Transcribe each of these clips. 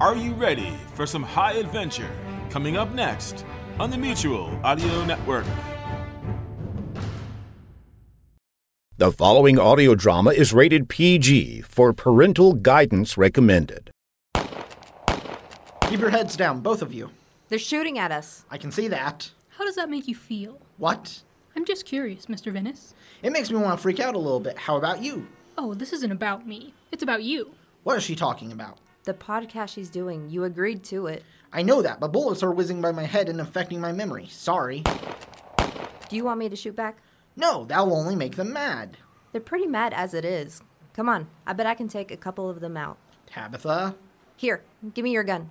Are you ready for some high adventure? Coming up next on the Mutual Audio Network. The following audio drama is rated PG for parental guidance recommended. Keep your heads down, both of you. They're shooting at us. I can see that. How does that make you feel? What? I'm just curious, Mr. Venice. It makes me want to freak out a little bit. How about you? Oh, this isn't about me. It's about you. What is she talking about? The podcast she's doing, you agreed to it. I know that, but bullets are whizzing by my head and affecting my memory. Sorry. Do you want me to shoot back? No, that'll only make them mad. They're pretty mad as it is. Come on, I bet I can take a couple of them out. Tabitha? Here, give me your gun.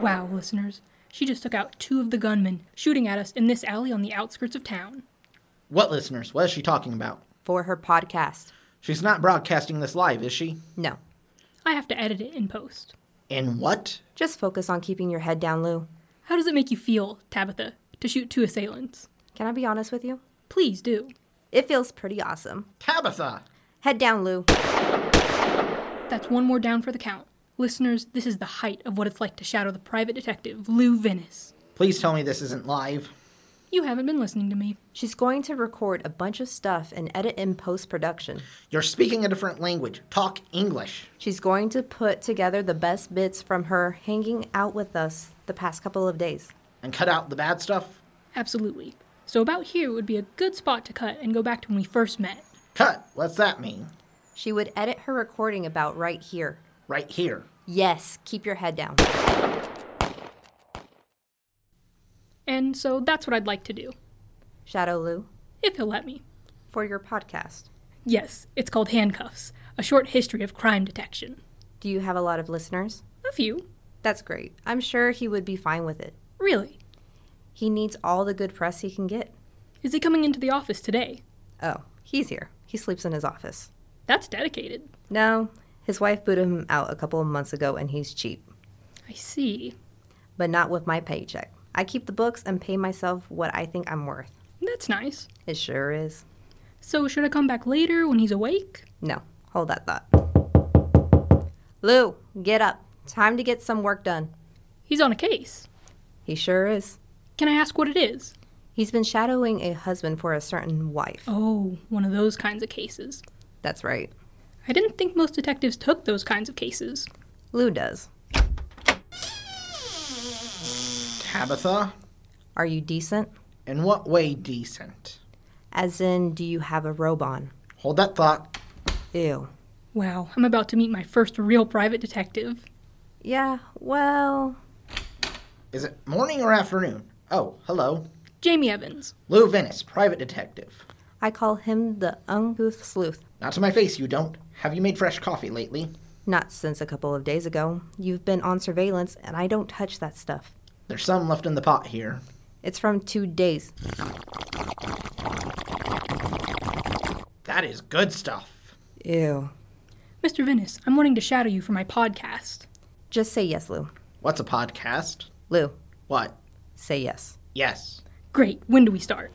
Wow, listeners. She just took out two of the gunmen, shooting at us in this alley on the outskirts of town. What listeners? What is she talking about? For her podcast. She's not broadcasting this live, is she? No, I have to edit it in post. And what? just focus on keeping your head down, Lou. How does it make you feel, Tabitha, to shoot two assailants? Can I be honest with you? Please do. It feels pretty awesome. Tabitha! Head down, Lou. That's one more down for the count. Listeners, this is the height of what it's like to shadow the private detective, Lou Venice. Please tell me this isn't live. You haven't been listening to me. She's going to record a bunch of stuff and edit in post production. You're speaking a different language. Talk English. She's going to put together the best bits from her hanging out with us the past couple of days. And cut out the bad stuff. Absolutely. So, about here would be a good spot to cut and go back to when we first met. Cut. What's that mean? She would edit her recording about right here. Right here. Yes, keep your head down. And so that's what I'd like to do, Shadow Lou, if he'll let me. for your podcast. Yes, it's called Handcuffs A Short History of Crime Detection. Do you have a lot of listeners? A few. That's great. I'm sure he would be fine with it. Really? He needs all the good press he can get. Is he coming into the office today? Oh, he's here. He sleeps in his office. That's dedicated. No, his wife booted him out a couple of months ago and he's cheap, I see. but not with my paycheck. I keep the books and pay myself what I think I'm worth. That's nice. It sure is. So, should I come back later when he's awake? No, hold that thought. Lou, get up. Time to get some work done. He's on a case. He sure is. Can I ask what it is? He's been shadowing a husband for a certain wife. Oh, one of those kinds of cases. That's right. I didn't think most detectives took those kinds of cases. Lou does. Tabitha? Are you decent? In what way decent? As in, do you have a robe on? Hold that thought. Ew. Wow, I'm about to meet my first real private detective. Yeah, well, Is it morning or afternoon? Oh, hello. Jamie Evans. Lou Venice, private detective. I call him the uncouth sleuth. Not to my face, you don't. Have you made fresh coffee lately? Not since a couple of days ago. You've been on surveillance, and I don't touch that stuff. There's some left in the pot here. It's from two days. That is good stuff. Ew. Mr. Venice, I'm wanting to shadow you for my podcast. Just say yes, Lou. What's a podcast? Lou, What? say yes. Yes. Great, when do we start?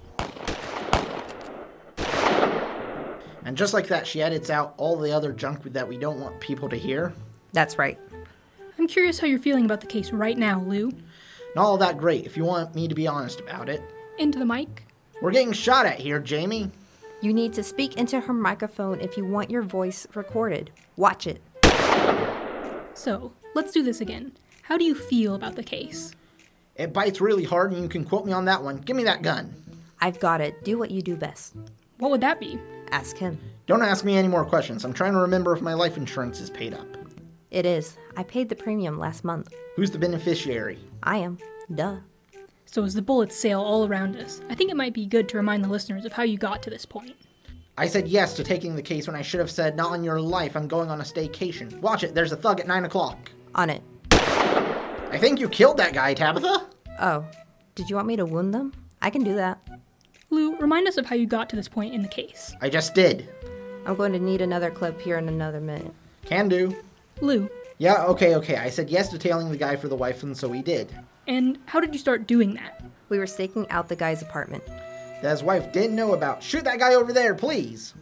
And just like that, she edits out all the other junk that we don't want people to hear. That's right. I'm curious how you're feeling about the case right now, Lou. Not all that great, if you want me to be honest about it. Into the mic. We're getting shot at here, Jamie. You need to speak into her microphone if you want your voice recorded. Watch it. So, let's do this again. How do you feel about the case? It bites really hard, and you can quote me on that one. Give me that gun. I've got it. Do what you do best. What would that be? Ask him. Don't ask me any more questions. I'm trying to remember if my life insurance is paid up. It is. I paid the premium last month. Who's the beneficiary? I am. Duh. So, as the bullets sail all around us, I think it might be good to remind the listeners of how you got to this point. I said yes to taking the case when I should have said, not on your life, I'm going on a staycation. Watch it, there's a thug at 9 o'clock. On it. I think you killed that guy, Tabitha. Oh, did you want me to wound them? I can do that. Lou, remind us of how you got to this point in the case. I just did. I'm going to need another clip here in another minute. Can do. Lou, Yeah, okay, okay. I said yes to tailing the guy for the wife, and so he did. and how did you start doing that? We were staking out the guy's apartment. That his wife didn't know about. Shoot that guy over there, please.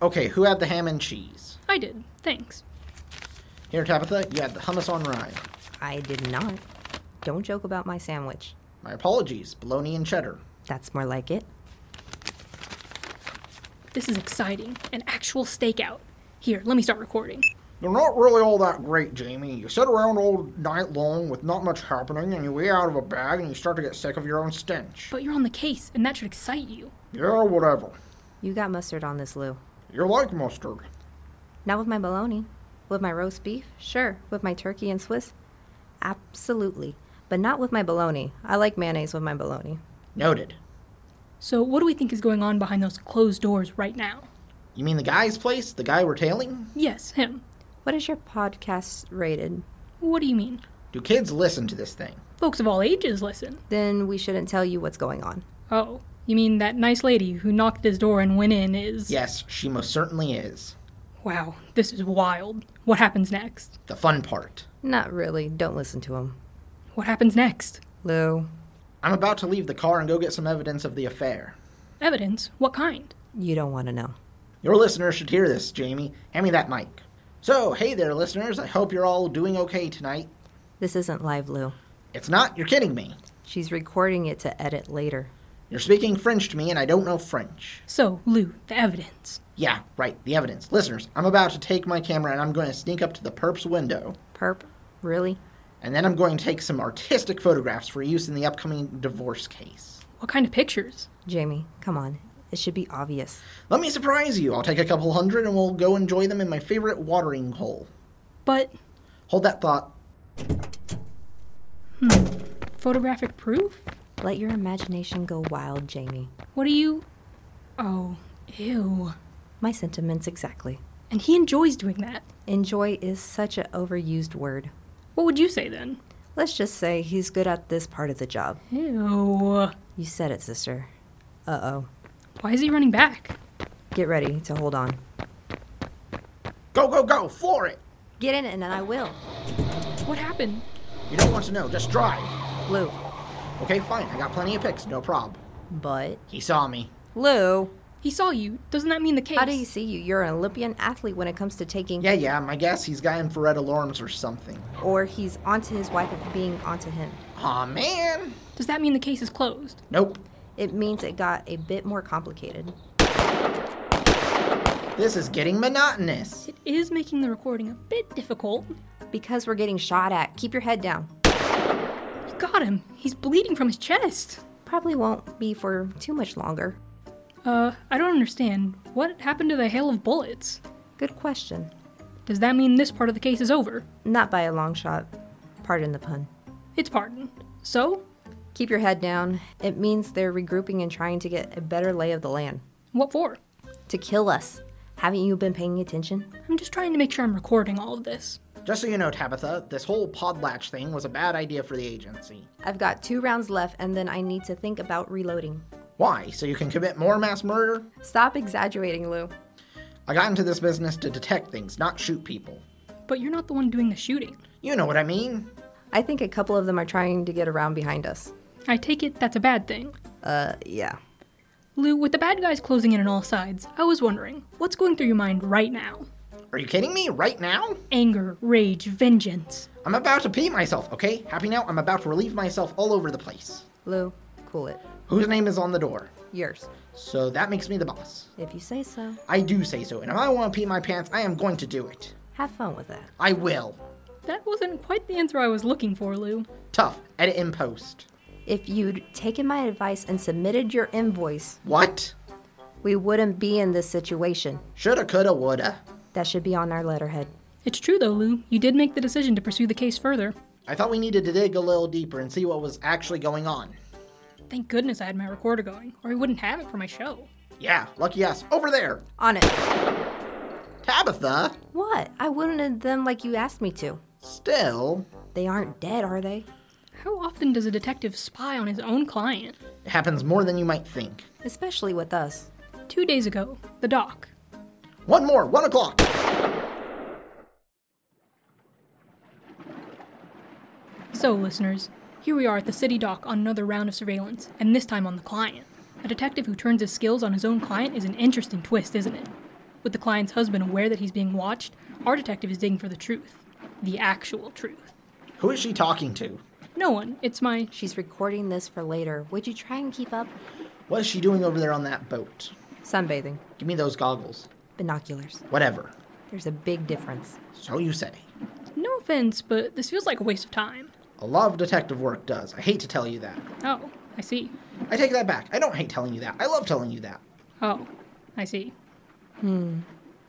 Okay, who had the ham and cheese? I did. Thanks. Here, Tabitha, you had the hummus on rye. I did not. Don't joke about my sandwich. My apologies, bologna and cheddar. That's more like it. This is exciting. An actual stakeout. Here, let me start recording. They're not really all that great, Jamie. You sit around all night long with not much happening, and you eat out of a bag, and you start to get sick of your own stench. But you're on the case, and that should excite you. Yeah, whatever. You got mustard on this, Lou. You like mustard. Not with my bologna. With my roast beef? Sure. With my turkey and Swiss? Absolutely. But not with my bologna. I like mayonnaise with my bologna. Noted. So, what do we think is going on behind those closed doors right now? You mean the guy's place? The guy we're tailing? Yes, him. What is your podcast rated? What do you mean? Do kids listen to this thing? Folks of all ages listen. Then we shouldn't tell you what's going on. Oh, you mean that nice lady who knocked at his door and went in is. Yes, she most certainly is. Wow, this is wild. What happens next? The fun part. Not really. Don't listen to him. What happens next? Lou, I'm about to leave the car and go get some evidence of the affair. Evidence? What kind? you don't want to know. Your listeners should hear this, Jamie. Hand me that mic. So, hey there, listeners. I hope you're all doing okay tonight. This isn't live, Lou. It's not? You're kidding me. She's recording it to edit later. You're speaking French to me, and I don't know French. So, Lou, the evidence. Yeah, right, the evidence. Listeners, I'm about to take my camera and I'm going to sneak up to the perp's window, Perp? Really? and then I'm going to take some artistic photographs for use in the upcoming divorce case. What kind of pictures? Jamie, come on. It should be obvious. Let me surprise you. I'll take a couple hundred and we'll go enjoy them in my favorite watering hole. But Hold that thought. photographic proof? Let your imagination go wild, Jamie. What do you. Oh, ew. My sentiments exactly. And he enjoys doing that. Enjoy is such an overused word. What would you say then? Let's just say he's good at this part of the job. Ew. You said it, sister. Uh oh. Why is he running back? Get ready to hold on. Go, go, go! Floor it! Get in it and I will. What happened? You don't want to know, just drive. Lou. Okay, fine. I got plenty of pics, no prob. But. He saw me. Lou, He saw you. Doesn't that mean the case? how do you see you? You're an Olympian athlete when it comes to taking. Yeah, yeah, my guess he's got infrared alarms or something. Or he's onto his wife of being onto him. Aw, man! Does that mean the case is closed? Nope. It means it got a bit more complicated. This is getting monotonous. It is making the recording a bit difficult. Because we're getting shot at. Keep your head down. You got him. He's bleeding from his chest. Probably won't be for too much longer. Uh, I don't understand. What happened to the hail of bullets? Good question. Does that mean this part of the case is over? Not by a long shot. Pardon the pun. It's pardoned. So, Keep your head down. It means they're regrouping and trying to get a better lay of the land. what for? To kill us. Haven't you been paying attention? I'm just trying to make sure I'm recording all of this. Just so you know, Tabitha, this whole pod latch thing was a bad idea for the agency. I've got two rounds left and then I need to think about reloading. Why? So you can commit more mass murder? Stop exaggerating, Lou. I got into this business to detect things, not shoot people. But you're not the one doing the shooting. You know what I mean? I think a couple of them are trying to get around behind us. I take it that's a bad thing. Uh, yeah. Lou, with the bad guys closing in on all sides, I was wondering, what's going through your mind right now? Are you kidding me? Right now? Anger, rage, vengeance. I'm about to pee myself, okay? Happy now? I'm about to relieve myself all over the place. Lou, cool it. Whose name is on the door? Yours. So that makes me the boss. If you say so. I do say so, and if I want to pee my pants, I am going to do it. Have fun with that. I will. That wasn't quite the answer I was looking for, Lou. Tough. Edit in post. If you'd taken my advice and submitted your invoice, What? we wouldn't be in this situation. Shoulda, coulda, woulda. That should be on our letterhead. It's true though, Lou. You did make the decision to pursue the case further. I thought we needed to dig a little deeper and see what was actually going on. Thank goodness I had my recorder going, or I wouldn't have it for my show. Yeah, lucky us. Over there! On it. Tabitha! What? I wounded them like you asked me to. Still, They aren't dead, are they? How often does a detective spy on his own client? it happens more than you might think. Especially with us. Two days ago, the doc. One more, one o'clock! So, listeners, here we are at the city dock on another round of surveillance, and this time on the client. A detective who turns his skills on his own client is an interesting twist, isn't it? With the client's husband aware that he's being watched, our detective is digging for the truth. The actual truth. Who is she talking to? No one. It's my. She's recording this for later. Would you try and keep up? What is she doing over there on that boat? Sunbathing. Give me those goggles. Binoculars. Whatever. There's a big difference. So you say. No offense, but this feels like a waste of time. A lot of detective work does. I hate to tell you that. Oh, I see. I take that back. I don't hate telling you that. I love telling you that. Oh, I see.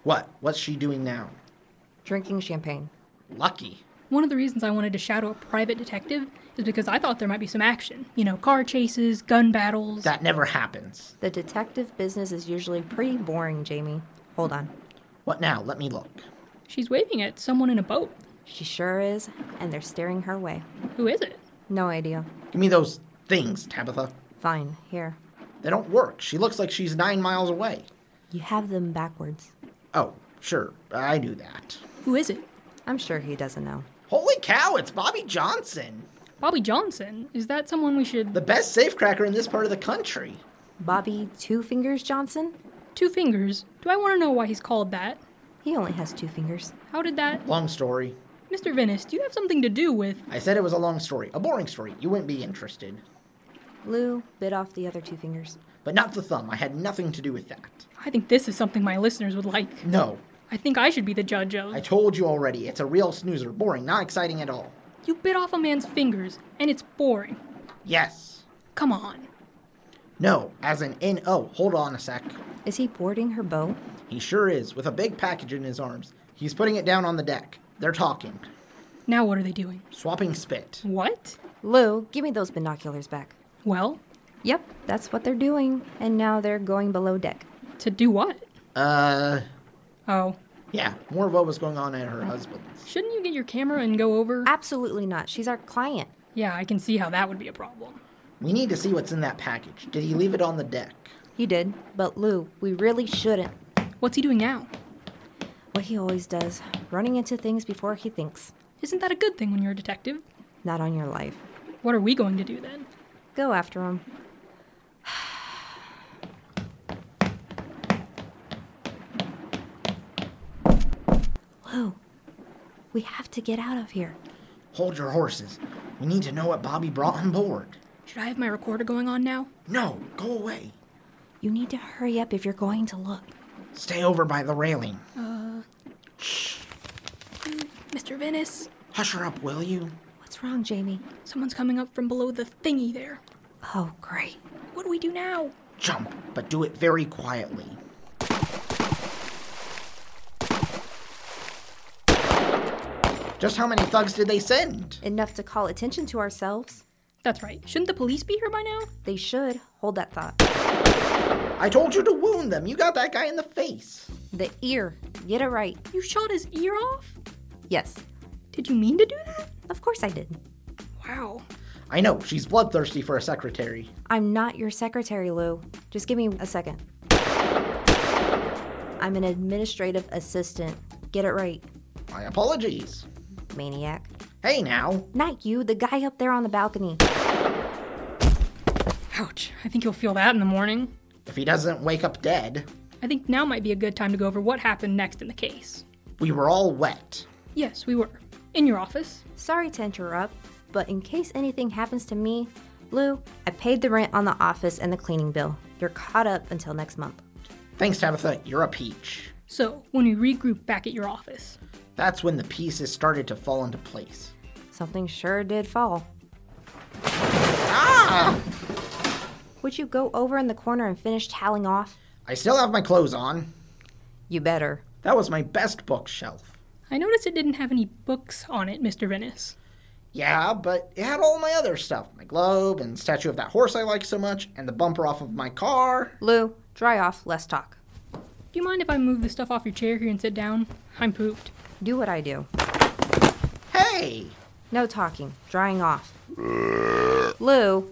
What? What's she doing now? Drinking champagne. Lucky. One of the reasons I wanted to shadow a private detective is because I thought there might be some action. You know, car chases, gun battles. That never happens. The detective business is usually pretty boring, Jamie. Hold on. What now? Let me look. She's waving at someone in a boat. She sure is, and they're staring her way. Who is it? No idea. Give me those things, Tabitha. Fine, here. They don't work. She looks like she's nine miles away. You have them backwards. Oh, sure. I knew that. Who is it? I'm sure he doesn't know. Holy cow, it's Bobby Johnson. Bobby Johnson. Is that someone we should. The best safecracker in this part of the country. Bobby Two Fingers Johnson? Two fingers. Do I want to know why he's called that? He only has two fingers. How did that. Long story. Mr. Venice, do you have something to do with. I said it was a long story, a boring story. You wouldn't be interested. Lou bit off the other two fingers. But not the thumb. I had nothing to do with that. I think this is something my listeners would like. No. I think I should be the judge of. I told you already, it's a real snoozer. Boring, not exciting at all. You bit off a man's fingers, and it's boring. Yes. Come on. No, as an N O. Hold on a sec. Is he boarding her boat? He sure is, with a big package in his arms. He's putting it down on the deck. They're talking. Now what are they doing? Swapping spit. What? Lou, give me those binoculars back. Well, Yep, that's what they're doing, and now they're going below deck. to do what? Uh, Oh. yeah, more of what was going on at her husband's. Shouldn't you get your camera and go over? Absolutely not. She's our client. Yeah, I can see how that would be a problem. We need to see what's in that package. Did he leave it on the deck? He did, but Lou, we really shouldn't. What's he doing now? What he always does, running into things before he thinks. Isn't that a good thing when you're a detective? Not on your life. What are we going to do then? Go after him. Lou, we have to get out of here. Hold your horses. We need to know what Bobby brought on board. Should I have my recorder going on now? No, go away. You need to hurry up if you're going to look. Stay over by the railing. Mr. Venice, Hush her up, will you? What's wrong, Jamie? someone's coming up from below the thingy there. Oh, great. What do we do now? Jump, but do it very quietly. Just how many thugs did they send? Enough to call attention to ourselves? That's right. Shouldn't the police be here by now? They should. Hold that thought. I told you to wound them. You got that guy in the face. The ear. Get it right. You shot his ear off? Yes. Did you mean to do that? Of course I did. Wow. I know, she's bloodthirsty for a secretary. I'm not your secretary, Lou. Just give me a second. I'm an administrative assistant. Get it right, My apologies. maniac. Hey now, Not you, the guy up there on the balcony. Ouch. I think you'll feel that in the morning. if he doesn't wake up dead, I think now might be a good time to go over what happened next in the case. we were all wet. Yes, we were. In your office. Sorry to interrupt, but in case anything happens to me, Lou, I paid the rent on the office and the cleaning bill. You're caught up until next month. Thanks, Tabitha, you're a peach. So, when we regroup back at your office, That's when the pieces started to fall into place. Something sure did fall. Ah! Would you go over in the corner and finish toweling off? I still have my clothes on. You better. That was my best bookshelf. I noticed it didn't have any books on it, Mr. Venice. Yeah, but it had all my other stuff my globe and statue of that horse I like so much, and the bumper off of my car. Lou, dry off, less talk. Do you mind if I move the stuff off your chair here and sit down? I'm pooped. Do what I do. Hey! No talking, drying off. Lou,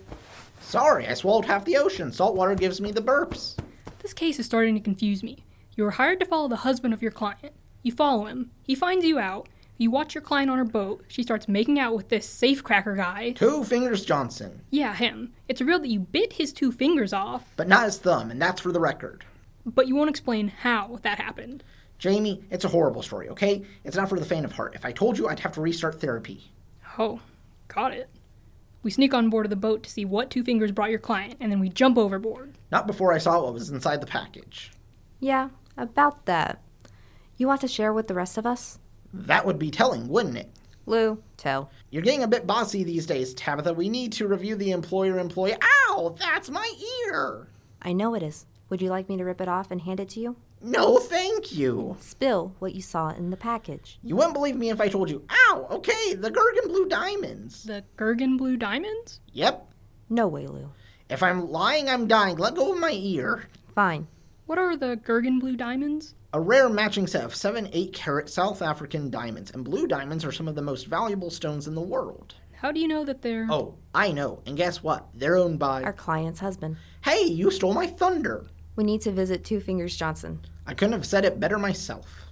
Sorry, I swallowed half the ocean. Salt water gives me the burps. This case is starting to confuse me. You were hired to follow the husband of your client. You follow him. He finds you out. You watch your client on her boat. She starts making out with this safecracker guy. Two fingers Johnson, Yeah, him. It's real that you bit his two fingers off. but not his thumb, and that's for the record. but you won't explain how that happened. Jamie, it's a horrible story, okay? It's not for the faint of heart. If I told you, I'd have to restart therapy. Oh, got it. We sneak on board of the boat to see what two fingers brought your client, and then we jump overboard. Not before I saw what was inside the package. Yeah, about that. You want to share with the rest of us? That would be telling, wouldn't it? Lou, tell. You're getting a bit bossy these days, Tabitha. We need to review the employer employee. Ow! That's my ear! I know it is. Would you like me to rip it off and hand it to you? No, thank you. Spill what you saw in the package. You wouldn't believe me if I told you. Ow! Okay, the Gergen Blue Diamonds. The Gergen Blue Diamonds? Yep. No way, Lou. If I'm lying, I'm dying. Let go of my ear. Fine. What are the Gergen Blue Diamonds? A rare matching set of 7 8 carat South African diamonds, and blue diamonds are some of the most valuable stones in the world. How do you know that they're. Oh, I know. And guess what? They're owned by. Our client's husband. Hey, you stole my thunder! We need to visit Two Fingers Johnson. I couldn't have said it better myself.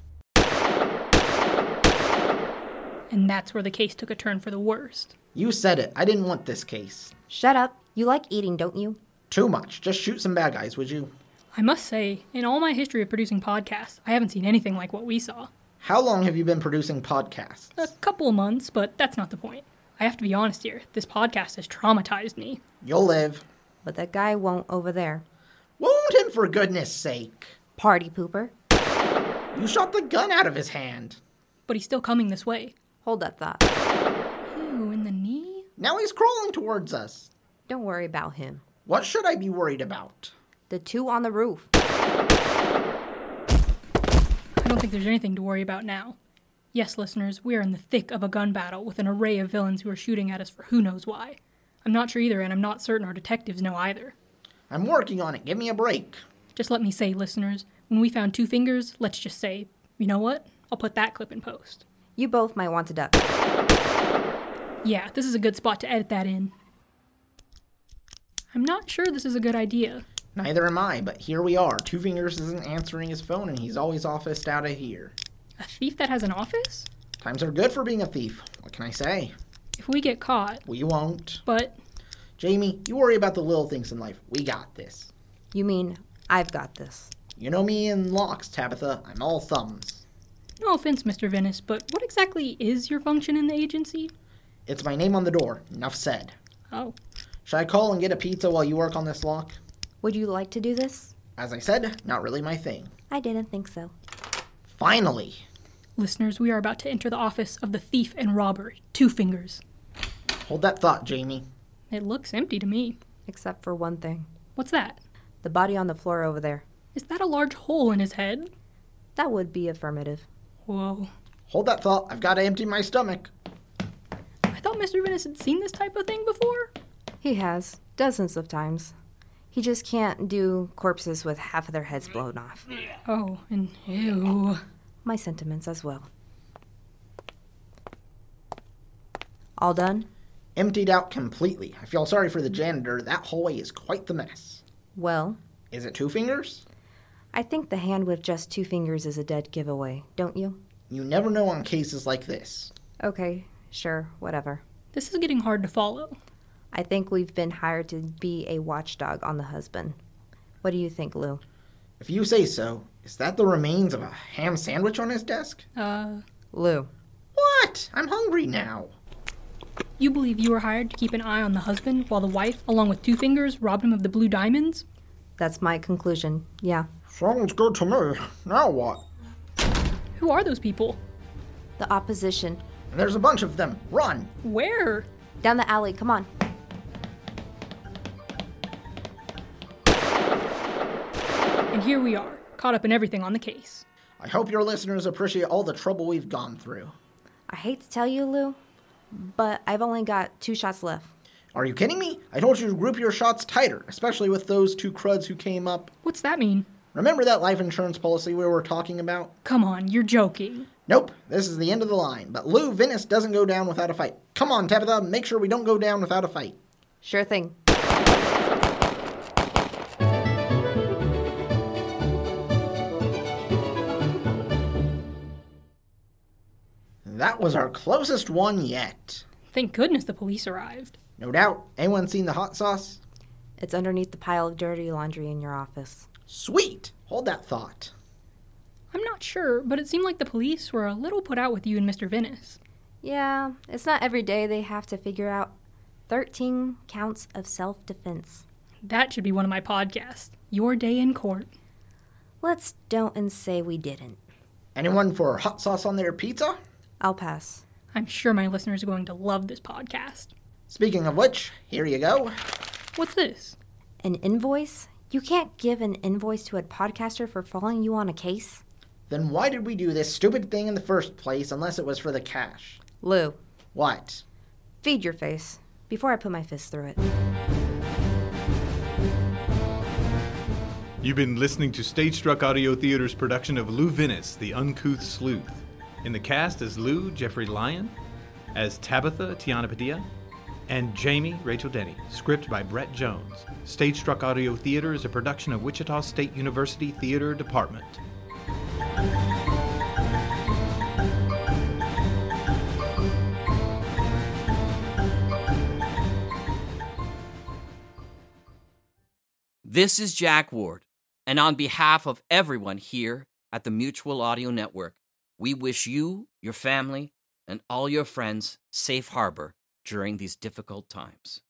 And that's where the case took a turn for the worst. You said it. I didn't want this case. Shut up. You like eating, don't you? Too much. Just shoot some bad guys, would you? I must say, in all my history of producing podcasts, I haven't seen anything like what we saw. How long have you been producing podcasts? A couple of months, but that's not the point. I have to be honest here. This podcast has traumatized me. You'll live. But that guy won't over there. Wound him for goodness sake. Party pooper. You shot the gun out of his hand. But he's still coming this way. Hold that thought. Ooh, in the knee? Now he's crawling towards us. Don't worry about him. What should I be worried about? The two on the roof. I don't think there's anything to worry about now. Yes, listeners, we are in the thick of a gun battle with an array of villains who are shooting at us for who knows why. I'm not sure either, and I'm not certain our detectives know either. I'm working on it. Give me a break. Just let me say, listeners, when we found two fingers, let's just say, you know what? I'll put that clip in post. You both might want to duck. Yeah, this is a good spot to edit that in. I'm not sure this is a good idea. Neither am I, but here we are. Two Fingers isn't answering his phone and he's always officed out of here. A thief that has an office? Times are good for being a thief. What can I say? If we get caught, We won't. but Jamie, you worry about the little things in life. We got this. You mean, I've got this. You know me and locks, Tabitha. I'm all thumbs. no offense, Mr. Venice, but what exactly is your function in the agency? It's my name on the door. Enough said. Oh, Should I call and get a pizza while you work on this lock? Would you like to do this? As I said, not really my thing. I didn't think so. Finally! listeners, we are about to enter the office of the thief and robber, Two Fingers. Hold that thought, Jamie. It looks empty to me. Except for one thing What's that? the body on the floor over there. Is that a large hole in his head? That would be affirmative. Whoa. Hold that thought. I've got to empty my stomach. I thought Mr. Venice had seen this type of thing before. He has, dozens of times. He just can't do corpses with half of their heads blown off. Oh, and ew. My sentiments as well. All done? Emptied out completely. I feel sorry for the janitor. That hallway is quite the mess. Well, Is it two fingers? I think the hand with just two fingers is a dead giveaway, don't you? You never know on cases like this. Okay, sure, whatever. This is getting hard to follow. I think we've been hired to be a watchdog on the husband. What do you think, Lou? If you say so, is that the remains of a ham sandwich on his desk? Uh, Lou. What? I'm hungry now. you believe you were hired to keep an eye on the husband while the wife, along with Two Fingers, robbed him of the blue diamonds? That's my conclusion. Yeah. Sounds good to me. Now what? Who are those people? The opposition. And there's a bunch of them. Run! Where? Down the alley, come on. And here we are, caught up in everything on the case. I hope your listeners appreciate all the trouble we've gone through. I hate to tell you, Lou, but I've only got two shots left. Are you kidding me? I told you to group your shots tighter, especially with those two cruds who came up. What's that mean? Remember that life insurance policy we were talking about? Come on, you're joking. Nope, this is the end of the line. But Lou Venice doesn't go down without a fight. Come on, Tabitha, make sure we don't go down without a fight. Sure thing. That was our closest one yet. Thank goodness the police arrived. No doubt. Anyone seen the hot sauce? It's underneath the pile of dirty laundry in your office. Sweet! Hold that thought. I'm not sure, but it seemed like the police were a little put out with you and Mr. Venice. Yeah, it's not every day they have to figure out 13 counts of self defense. That should be one of my podcasts. Your day in court. Let's don't and say we didn't. Anyone for hot sauce on their pizza? I'll pass. I'm sure my listeners are going to love this podcast. Speaking of which, here you go. What's this? An invoice? You can't give an invoice to a podcaster for following you on a case. Then why did we do this stupid thing in the first place unless it was for the cash? Lou, What? feed your face before I put my fist through it. You've been listening to Stage Struck Audio Theater's production of Lou Venice, The Uncouth Sleuth. In the cast as Lou, Jeffrey Lyon, as Tabitha, Tiana Padilla, and Jamie, Rachel Denny. Script by Brett Jones. Stage Struck Audio Theater is a production of Wichita State University Theater Department. This is Jack Ward, and on behalf of everyone here at the Mutual Audio Network, we wish you, your family, and all your friends safe harbor during these difficult times.